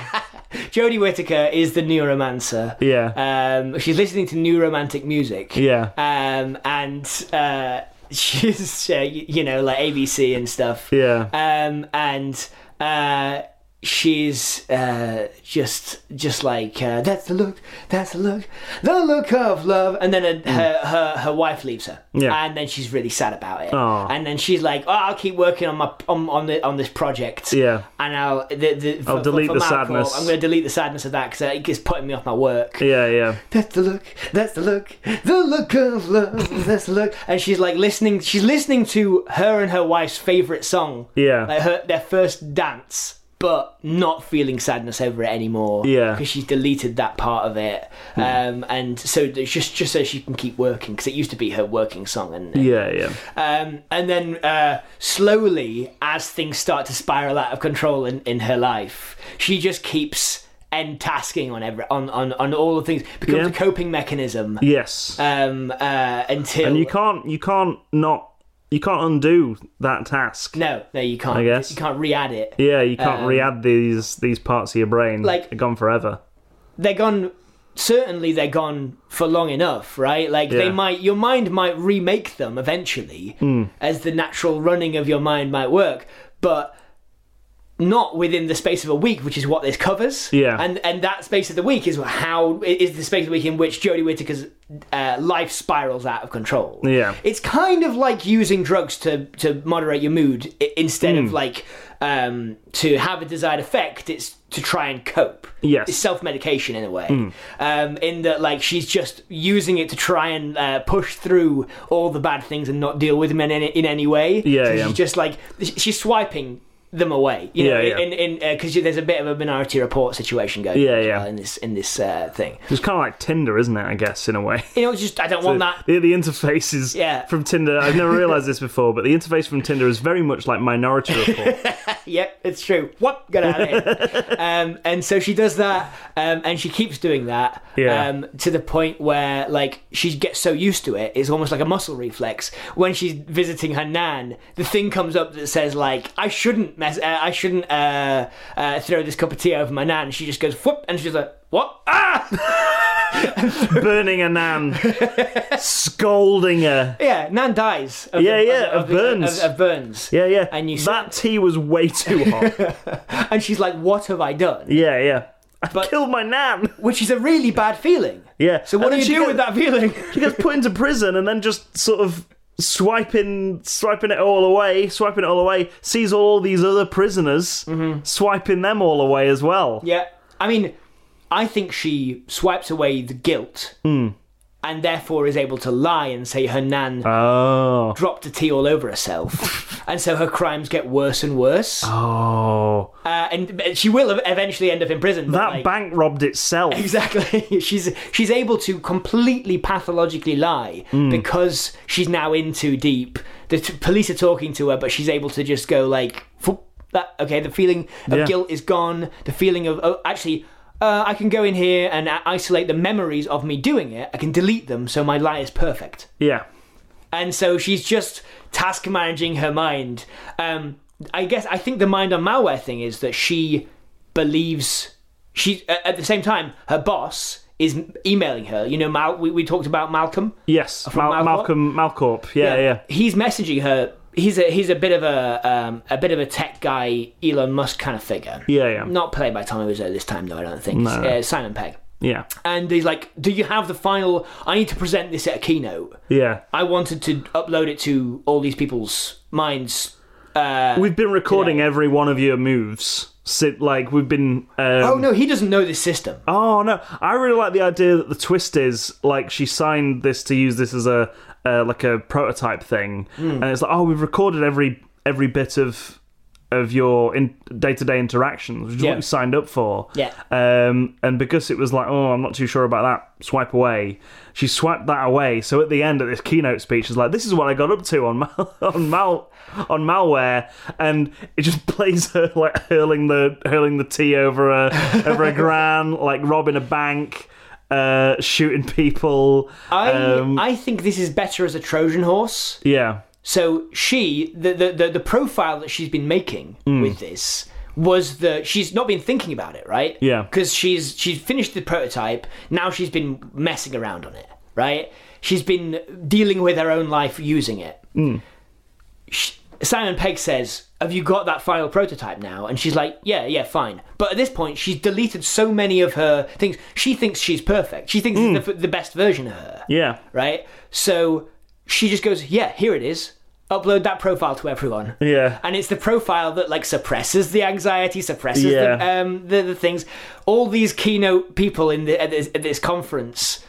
Speaker 2: Jodie Whittaker is the neuromancer.
Speaker 1: yeah,
Speaker 2: Um, she's listening to new romantic music.
Speaker 1: yeah,
Speaker 2: Um, and uh, <laughs> she's, uh, y- you know, like ABC and stuff.
Speaker 1: yeah.
Speaker 2: Um, and uh, she's uh, just, just like uh, that's the look, that's the look, the look of love. And then uh her, her her wife leaves her.
Speaker 1: Hmm. Yeah.
Speaker 2: And then she's really sad about it.
Speaker 1: Aw.
Speaker 2: And then she's like, oh, I'll keep working on my on on, the, on this project
Speaker 1: yeah,
Speaker 2: and I'll the, the, for,
Speaker 1: I'll delete the
Speaker 2: Malcorp,
Speaker 1: sadness.
Speaker 2: I'm going to delete the sadness of that because it keeps putting me off my work.
Speaker 1: yeah, yeah.
Speaker 2: That's the look. That's the look. The look of love. That's the look. And she's like listening. She's listening to her and her wife's favorite song,
Speaker 1: Yeah.
Speaker 2: like her their first dance, but not feeling sadness over it anymore.
Speaker 1: Yeah. Hmm.
Speaker 2: because she's deleted that part of it, um, and so it's just just so she can keep working because it used to be her working song, and
Speaker 1: yeah, yeah,
Speaker 2: um, and then uh, slowly, as things start to spiral out of control in, in her life, she just keeps end tasking on every on, on, on all the things becomes
Speaker 1: Yeah.
Speaker 2: a coping mechanism.
Speaker 1: Yes,
Speaker 2: Um, uh, until
Speaker 1: and you can't, you can't not, you can't undo that task.
Speaker 2: no, no, you can't.
Speaker 1: I guess.
Speaker 2: you can't re-add it.
Speaker 1: Yeah, you can't
Speaker 2: Um,
Speaker 1: re-add these these parts of your brain.
Speaker 2: like-
Speaker 1: They're gone forever.
Speaker 2: They're gone. Certainly, they're gone for long enough, right? Like they
Speaker 1: Yeah. Hmm.
Speaker 2: might, your mind might remake them eventually, as the natural running of your mind might work, but not within the space of a week, which is what this covers.
Speaker 1: Yeah.
Speaker 2: And and that space of the week is how is the space of the week in which Jodie Whittaker's uh, life spirals out of control.
Speaker 1: Yeah.
Speaker 2: It's kind of like using drugs to to moderate your mood i- instead
Speaker 1: Hmm.
Speaker 2: of like um, to have a desired effect. It's to try and cope.
Speaker 1: Yes. Hmm.
Speaker 2: It's self medication in a way. Um, in that like she's just using it to try and uh, push through all the bad things and not deal with them in any, in any way.
Speaker 1: Yeah,
Speaker 2: So
Speaker 1: yeah.
Speaker 2: She's just like sh- she's swiping them away. You know,
Speaker 1: Yeah, yeah.
Speaker 2: in in because there's a bit of a minority report situation going.
Speaker 1: Yeah,
Speaker 2: on as
Speaker 1: yeah.
Speaker 2: well In this in this uh, thing,
Speaker 1: It's kind of like Tinder, isn't it? I guess in a way.
Speaker 2: you know, it's just I don't want that.
Speaker 1: The, the interface is
Speaker 2: Yeah. <laughs>
Speaker 1: from Tinder. I've never realised this before, but the interface from Tinder is very much like Minority Report,
Speaker 2: yep, it's true. What? Get out
Speaker 1: <laughs>
Speaker 2: of here. um, and so she does that, um, and she keeps doing that
Speaker 1: Yeah.
Speaker 2: um, to the point where, like, she gets so used to it, it's almost like a muscle reflex. When she's visiting her nan, the thing comes up that says, like, I shouldn't mess, uh, I shouldn't uh, uh, throw this cup of tea over my nan. She just goes, whoop, and she's like, what? Ah!
Speaker 1: burning a nan, scolding her.
Speaker 2: Yeah, nan dies. Of
Speaker 1: Yeah, yeah, of
Speaker 2: the-
Speaker 1: burns.
Speaker 2: Of, of burns.
Speaker 1: Yeah, yeah.
Speaker 2: And you said-
Speaker 1: that tea was way too hot.
Speaker 2: And she's like, what have I done?
Speaker 1: yeah, yeah. I
Speaker 2: But-
Speaker 1: killed my nan.
Speaker 2: Which is a really bad feeling.
Speaker 1: Yeah.
Speaker 2: So what
Speaker 1: And then
Speaker 2: do you
Speaker 1: she
Speaker 2: do
Speaker 1: get-
Speaker 2: with that feeling?
Speaker 1: She gets put into prison and then just sort of swiping, swiping it all away, swiping it all away. Sees all these other prisoners, swiping them all away as well.
Speaker 2: Mm-hmm. Yeah. I mean, I think she swipes away the guilt and therefore is able to lie and say her nan
Speaker 1: Oh,
Speaker 2: dropped a tea all over herself. and so her crimes get worse and worse.
Speaker 1: Ah. oh,
Speaker 2: Uh, and and she will ev- eventually end up in prison. but,
Speaker 1: that
Speaker 2: like-
Speaker 1: bank robbed itself.
Speaker 2: <laughs> Exactly. she's she's able to completely pathologically lie because she's now in too deep. The t- police are talking to her, but she's able to just go like, "Phoop, that okay. The feeling of
Speaker 1: Yeah.
Speaker 2: guilt is gone. The feeling of oh, actually. Uh, I can go in here and i- isolate the memories of me doing it. I can delete them, so my lie is perfect.
Speaker 1: Yeah,
Speaker 2: And so she's just task managing her mind. Um, I guess I think the mind on malware thing is that she believes she a- at the same time her boss is emailing her. You know, Mal, we, we talked about Malcolm.
Speaker 1: yes,
Speaker 2: From
Speaker 1: Mal- Malcolm,
Speaker 2: Malcorp?
Speaker 1: Malcorp. Yeah, yeah,
Speaker 2: He's messaging her. He's a he's a bit of a um, a bit of a tech guy, Elon Musk kind of figure.
Speaker 1: Yeah, yeah.
Speaker 2: Not played by Tommy Wiseau this time, though. I don't think.
Speaker 1: No.
Speaker 2: Uh, Simon Pegg.
Speaker 1: yeah,
Speaker 2: And he's like, "Do you have the final? I need to present this at a keynote."
Speaker 1: yeah.
Speaker 2: I wanted to upload it to all these people's minds. Uh,
Speaker 1: We've been recording
Speaker 2: Today.
Speaker 1: every one of your moves. Sit like we've been. Um,
Speaker 2: oh no, he doesn't know this system.
Speaker 1: Oh no, I really like the idea that the twist is like she signed this to use this as a uh, like a prototype thing,
Speaker 2: Hmm.
Speaker 1: and it's like oh we've recorded every every bit of of your in day to day interactions, which is
Speaker 2: Yeah.
Speaker 1: what you signed up for.
Speaker 2: Yeah.
Speaker 1: Um, and because it was like oh I'm not too sure about that, swipe away. She swiped that away. So at the end of this keynote speech, is like this is what I got up to on mal- <laughs> on mal on malware, and it just <laughs> plays her like hurling the hurling the tea over a over a gran, <laughs> like robbing a bank, uh, shooting people.
Speaker 2: I
Speaker 1: um,
Speaker 2: I think this is better as a Trojan horse.
Speaker 1: yeah,
Speaker 2: So she the the the, the profile that she's been making with this was that she's not been thinking about it, right?
Speaker 1: Yeah.
Speaker 2: Because she's she's finished the prototype. Now she's been messing around on it, right? She's been dealing with her own life using it. sh- Simon Pegg says, "Have you got that final prototype now?" And she's like, "Yeah, yeah, fine." But at this point, she's deleted so many of her things. She thinks she's perfect. She thinks it's the, the best version of her,
Speaker 1: yeah,
Speaker 2: right? So she just goes, "Yeah, here it is. Upload that profile to everyone."
Speaker 1: yeah.
Speaker 2: And it's the profile that like suppresses the anxiety, suppresses
Speaker 1: Yeah.
Speaker 2: the, um, the the things. All these keynote people in the, at, this, at this conference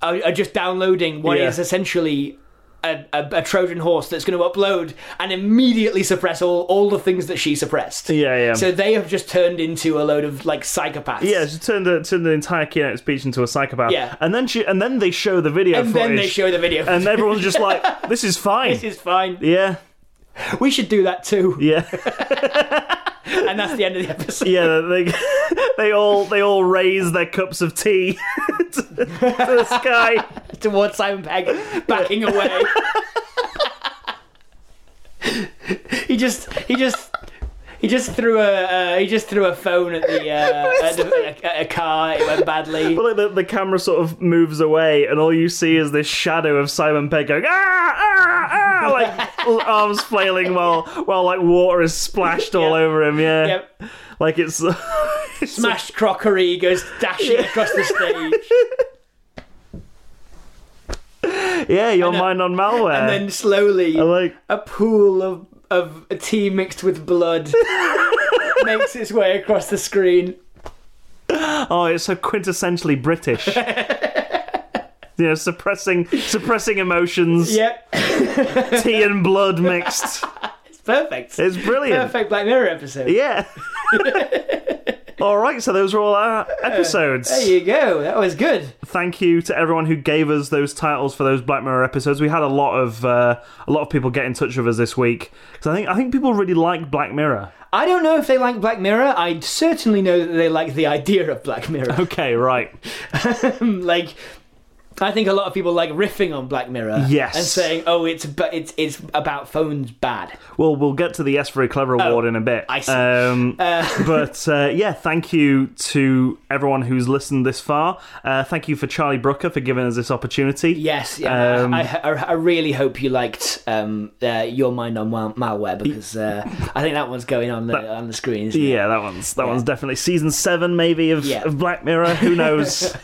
Speaker 2: are, are just downloading what is
Speaker 1: Yeah.
Speaker 2: essentially a, a, a Trojan horse that's going to upload and immediately suppress all all the things that she suppressed.
Speaker 1: Yeah, yeah.
Speaker 2: So they have just turned into a load of like psychopaths.
Speaker 1: yeah, she turned the turned the entire keynote speech into a psychopath.
Speaker 2: Yeah.
Speaker 1: and then she and then they show the video
Speaker 2: and
Speaker 1: footage,
Speaker 2: then they show the video. <laughs>
Speaker 1: and everyone's just like, "This is fine."
Speaker 2: this is fine.
Speaker 1: yeah,
Speaker 2: We should do that too.
Speaker 1: yeah.
Speaker 2: And that's the end of the episode.
Speaker 1: Yeah, they <laughs> they all they all raise their cups of tea <laughs> to, to the sky.
Speaker 2: <laughs> towards Simon Pegg, backing <laughs> away. he just, he just. He just threw a uh, he just threw a phone at the, <laughs> uh, at the at a car. It went <laughs> badly.
Speaker 1: But like the, the camera sort of moves away, and all you see is this shadow of Simon Pegg going ah ah ah, like l- arms flailing while while like water is splashed all
Speaker 2: Yeah.
Speaker 1: over him. Yeah,
Speaker 2: Yep.
Speaker 1: like it's <laughs>
Speaker 2: Smashed crockery goes dashing across the stage, <laughs>
Speaker 1: yeah, your
Speaker 2: then-
Speaker 1: mind on malware.
Speaker 2: and then slowly
Speaker 1: I <laughs> like
Speaker 2: a pool of of tea mixed with <laughs> blood makes its way across the screen.
Speaker 1: oh, it's so quintessentially
Speaker 2: <laughs>
Speaker 1: British. You know, suppressing suppressing emotions,
Speaker 2: Yep, <laughs>
Speaker 1: tea and blood mixed.
Speaker 2: it's perfect.
Speaker 1: It's brilliant.
Speaker 2: Perfect Black Mirror episode.
Speaker 1: Yeah. All right, so those were all our episodes.
Speaker 2: There you go. That was good.
Speaker 1: Thank you to everyone who gave us those titles for those Black Mirror episodes. We had a lot of uh, a lot of people get in touch with us this week because I think I think people really like Black Mirror.
Speaker 2: I don't know if they like Black Mirror. I certainly know that they like the idea of Black Mirror.
Speaker 1: Okay, right.
Speaker 2: <laughs> like, I think a lot of people like riffing on Black Mirror.
Speaker 1: Yes.
Speaker 2: And saying, "Oh, it's but it's it's about phones bad."
Speaker 1: Well, we'll get to the Yes Very Clever Award in a bit.
Speaker 2: I see.
Speaker 1: Um, but Oh, uh, <laughs> yeah, thank you to everyone who's listened this far. Uh, thank you for Charlie Brooker for giving us this opportunity.
Speaker 2: Yes. Yeah.
Speaker 1: Um,
Speaker 2: I, I, I really hope you liked um, uh, Your Mind on Mal- Malware because uh, I think that one's going on the on the screen. Isn't it?
Speaker 1: Yeah, that one's that one's definitely season seven, maybe of,
Speaker 2: Yeah.
Speaker 1: of Black Mirror.
Speaker 2: <laughs>
Speaker 1: Who knows?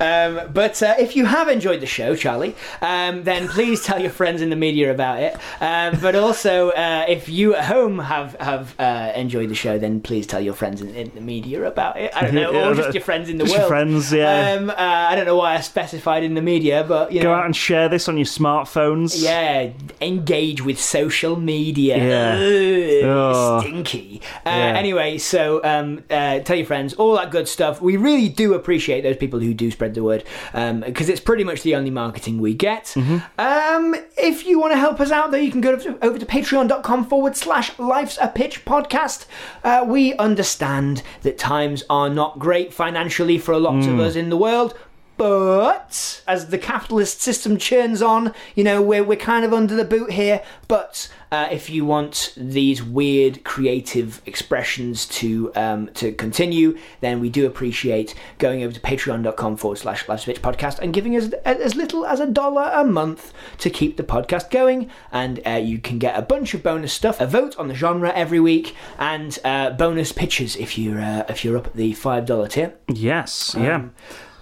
Speaker 2: Um, but uh, if you have enjoyed the show, Charlie, um, then please tell your friends in the media about it. Um, but also, uh, if you at home have have uh, enjoyed the show, then please tell your friends in, in the media about it. I don't
Speaker 1: <laughs>
Speaker 2: know,
Speaker 1: Yeah,
Speaker 2: or just
Speaker 1: but-
Speaker 2: your friends in the
Speaker 1: just your
Speaker 2: world.
Speaker 1: friends, yeah.
Speaker 2: Um, uh, I don't know why I specified in the media, but you know.
Speaker 1: Go out and share this on your smartphones.
Speaker 2: yeah, engage with social media.
Speaker 1: Yeah.
Speaker 2: Ugh,
Speaker 1: Ugh.
Speaker 2: Stinky. Uh,
Speaker 1: Yeah.
Speaker 2: Anyway, so um, uh, tell your friends, all that good stuff. We really do appreciate those people who do spread the word because it's pretty much the only marketing we get.
Speaker 1: Mm-hmm.
Speaker 2: Um, if you want to help us out, though, you can go to, over to patreon.com forward slash life's a pitch podcast. Uh, we understand that times are not great financially for a lot
Speaker 1: Mm.
Speaker 2: of us in the world. But as the capitalist system churns on, you know, we're, we're kind of under the boot here. But uh, if you want these weird creative expressions to um, to continue, then we do appreciate going over to patreon.com forward slash live switch podcast and giving us a- as little as a dollar a month to keep the podcast going. And uh, you can get a bunch of bonus stuff, a vote on the genre every week, and uh, bonus pitches if you're uh, if you're up at the five dollar tier.
Speaker 1: Yes. yeah.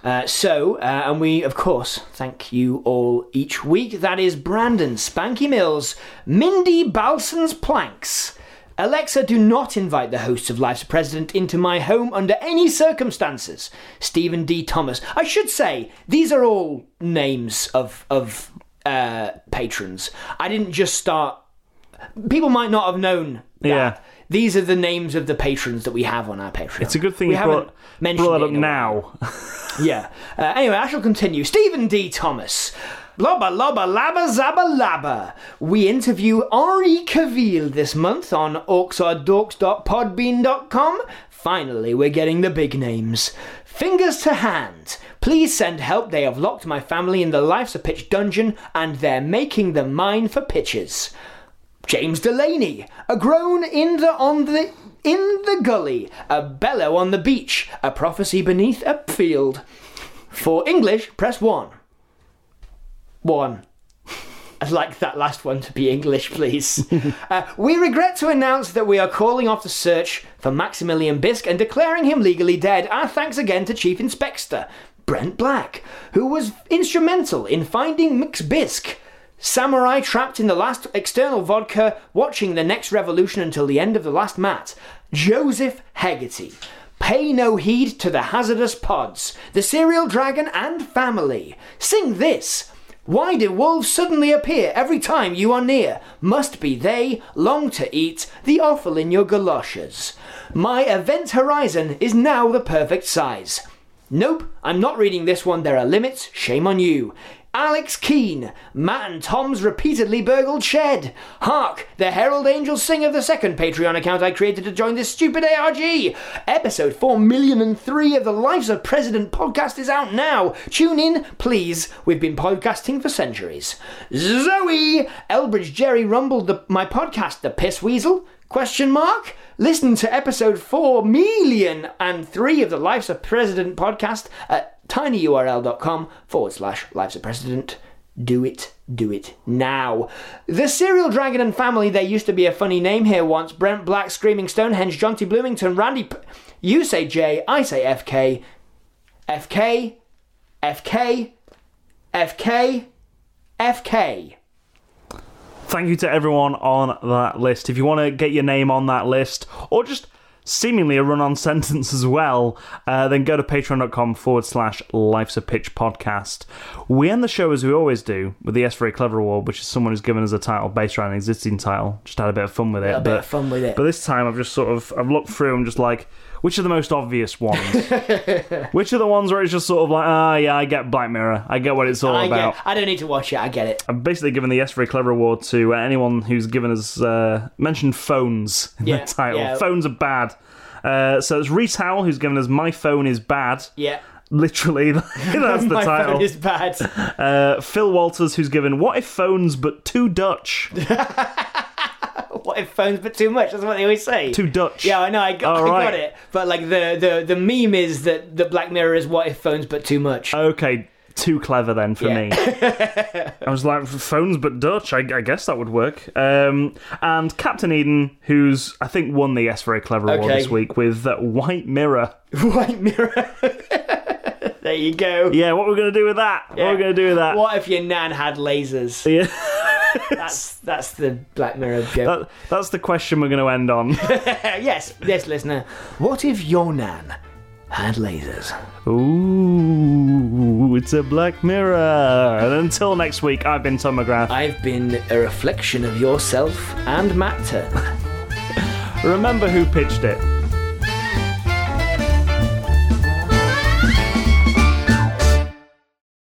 Speaker 2: Uh, so, uh, and we, of course, thank you all each week. That is Brandon, Spanky Mills, Mindy Balson's Planks. Alexa, do not invite the hosts of Life's President into my home under any circumstances. Stephen D. Thomas. I should say, these are all names of, of uh, patrons. I didn't just start. People might not have known. that.
Speaker 1: Yeah.
Speaker 2: These are the names of the patrons that we have on our Patreon.
Speaker 1: It's a good thing
Speaker 2: we
Speaker 1: you
Speaker 2: haven't
Speaker 1: brought,
Speaker 2: mentioned
Speaker 1: brought that
Speaker 2: it
Speaker 1: up
Speaker 2: in a while.
Speaker 1: now.
Speaker 2: <laughs> Yeah. Uh, anyway, I shall continue. Stephen D. Thomas. Lobba lobba labba zabba labba. We interview Henri Cavill this month on orcsordorks.podbean.com. Finally, we're getting the big names. Fingers to hand. Please send help. They have locked my family in the Life's a Pitch dungeon and they're making them mine for pitches. James Delaney, a groan in the on the in the gully, a bellow on the beach, a prophecy beneath a field. For English, press one. One. I'd like that last one to be English, please. <laughs> uh, we regret to announce that we are calling off the search for Maximilian Bisk and declaring him legally dead. Our thanks again to Chief Inspector Brent Black, who was instrumental in finding Mix Bisk. Samurai trapped in the last external vodka, watching the next revolution until the end of the last mat. Joseph Hegarty. Pay no heed to the hazardous pods, the serial dragon and family. Sing this. Why do wolves suddenly appear every time you are near? Must be they, long to eat, the offal in your galoshes. My event horizon is now the perfect size. Nope, I'm not reading this one, there are limits, shame on you. Alex Keane, Matt and Tom's repeatedly burgled shed. Hark, the Herald Angels sing of the second Patreon account I created to join this stupid ARG. Episode 4 million and three of the Lives of President podcast is out now. Tune in, please. We've been podcasting for centuries. Zoe, Elbridge Jerry rumbled the, my podcast, The Piss Weasel? Question mark? Listen to episode 4 million and three of the Lives of President podcast at tinyurl.com forward slash Lives of President. Do it, do it now. The Serial Dragon and Family, there used to be a funny name here once. Brent Black, Screaming Stonehenge, Jonty Bloomington, Randy. P- you say J, I say FK. FK, FK, FK, FK.
Speaker 1: <laughs> Thank you to everyone on that list. If you want to get your name on that list, or just seemingly a run-on <laughs> sentence as well, uh, then go to patreon.com forward slash Life's a Pitch podcast. We end the show as we always do with the Yes Very Clever Award, which is someone who's given us a title based around an existing title. Just had a bit of fun with it.
Speaker 2: A bit of fun with it.
Speaker 1: But this time I've just sort of I've looked through and just like Which are the most obvious
Speaker 2: <laughs>
Speaker 1: ones? Which are the ones where it's just sort of like, ah, yeah, I get Black Mirror. I get what it's all
Speaker 2: I,
Speaker 1: about.
Speaker 2: get, I don't need to watch it. I get it.
Speaker 1: I'm basically giving the Yes Very Clever Award to uh, anyone who's given us uh, mentioned phones in
Speaker 2: Yeah,
Speaker 1: their title.
Speaker 2: yeah.
Speaker 1: Phones are bad. Uh, so it's Reese Howell who's given us My Phone is Bad.
Speaker 2: Yeah.
Speaker 1: Literally, <laughs> that's the
Speaker 2: <laughs> My
Speaker 1: title.
Speaker 2: phone is bad. <laughs>
Speaker 1: Uh, Phil Walters who's given What If Phones But Too Dutch?
Speaker 2: what if phones but too much? That's what they always say. <laughs>
Speaker 1: Too Dutch.
Speaker 2: Yeah, I know. I, got,
Speaker 1: All
Speaker 2: I
Speaker 1: right.
Speaker 2: got it. But like the, the the meme is that the Black Mirror is what if phones but too
Speaker 1: Uh,
Speaker 2: much.
Speaker 1: Okay, too clever then for
Speaker 2: Yeah.
Speaker 1: me.
Speaker 2: <laughs>
Speaker 1: I was like, phones but Dutch. I, I guess that would work. Um, and Captain Eden, who's I think won the Yes Very Clever Award
Speaker 2: Okay.
Speaker 1: this week with uh, White Mirror.
Speaker 2: <laughs> White Mirror. <laughs> there you go.
Speaker 1: Yeah, what we're gonna do with that? What
Speaker 2: Yeah.
Speaker 1: we're gonna do with that?
Speaker 2: What if your nan had lasers?
Speaker 1: Yeah. <laughs>
Speaker 2: That's that's the Black Mirror joke. Uh,
Speaker 1: That, that's the question we're gonna end
Speaker 2: <laughs>
Speaker 1: on.
Speaker 2: yes, yes, listener.
Speaker 4: What if your nan had lasers?
Speaker 1: Ooh, it's a Black Mirror. And until next week, I've been Tom McGrath.
Speaker 4: I've been a reflection of yourself <laughs>
Speaker 2: And Matt Turner.
Speaker 1: Remember who pitched it.